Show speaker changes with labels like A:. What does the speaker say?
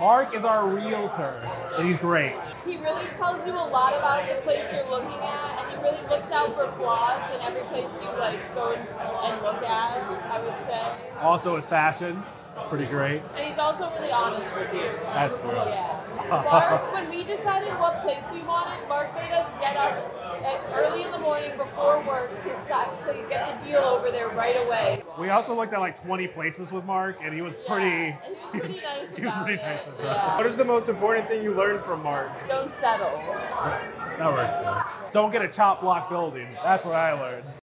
A: Mark is our realtor, and he's great.
B: He really tells you a lot about the place you're looking at, and he really looks out for flaws in every place you like go and, and look at. I would say,
A: Also, his fashion, pretty great.
B: and he's also really honest with you.
A: That's true.
B: Yeah. Mark, when we decided what place we wanted, Mark made us get up at, early in the morning before work to, si- to get the deal over there right away.
A: We also looked at like 20 places with Mark, and he was
B: Yeah,
A: pretty.
B: And he was pretty nice
A: he was
B: about
A: pretty
B: it.
A: nice about it.
B: yeah.
C: What is the most important thing you learned from Mark?
B: Don't settle.
A: That works. Though. Don't get a chop block building. That's what I learned.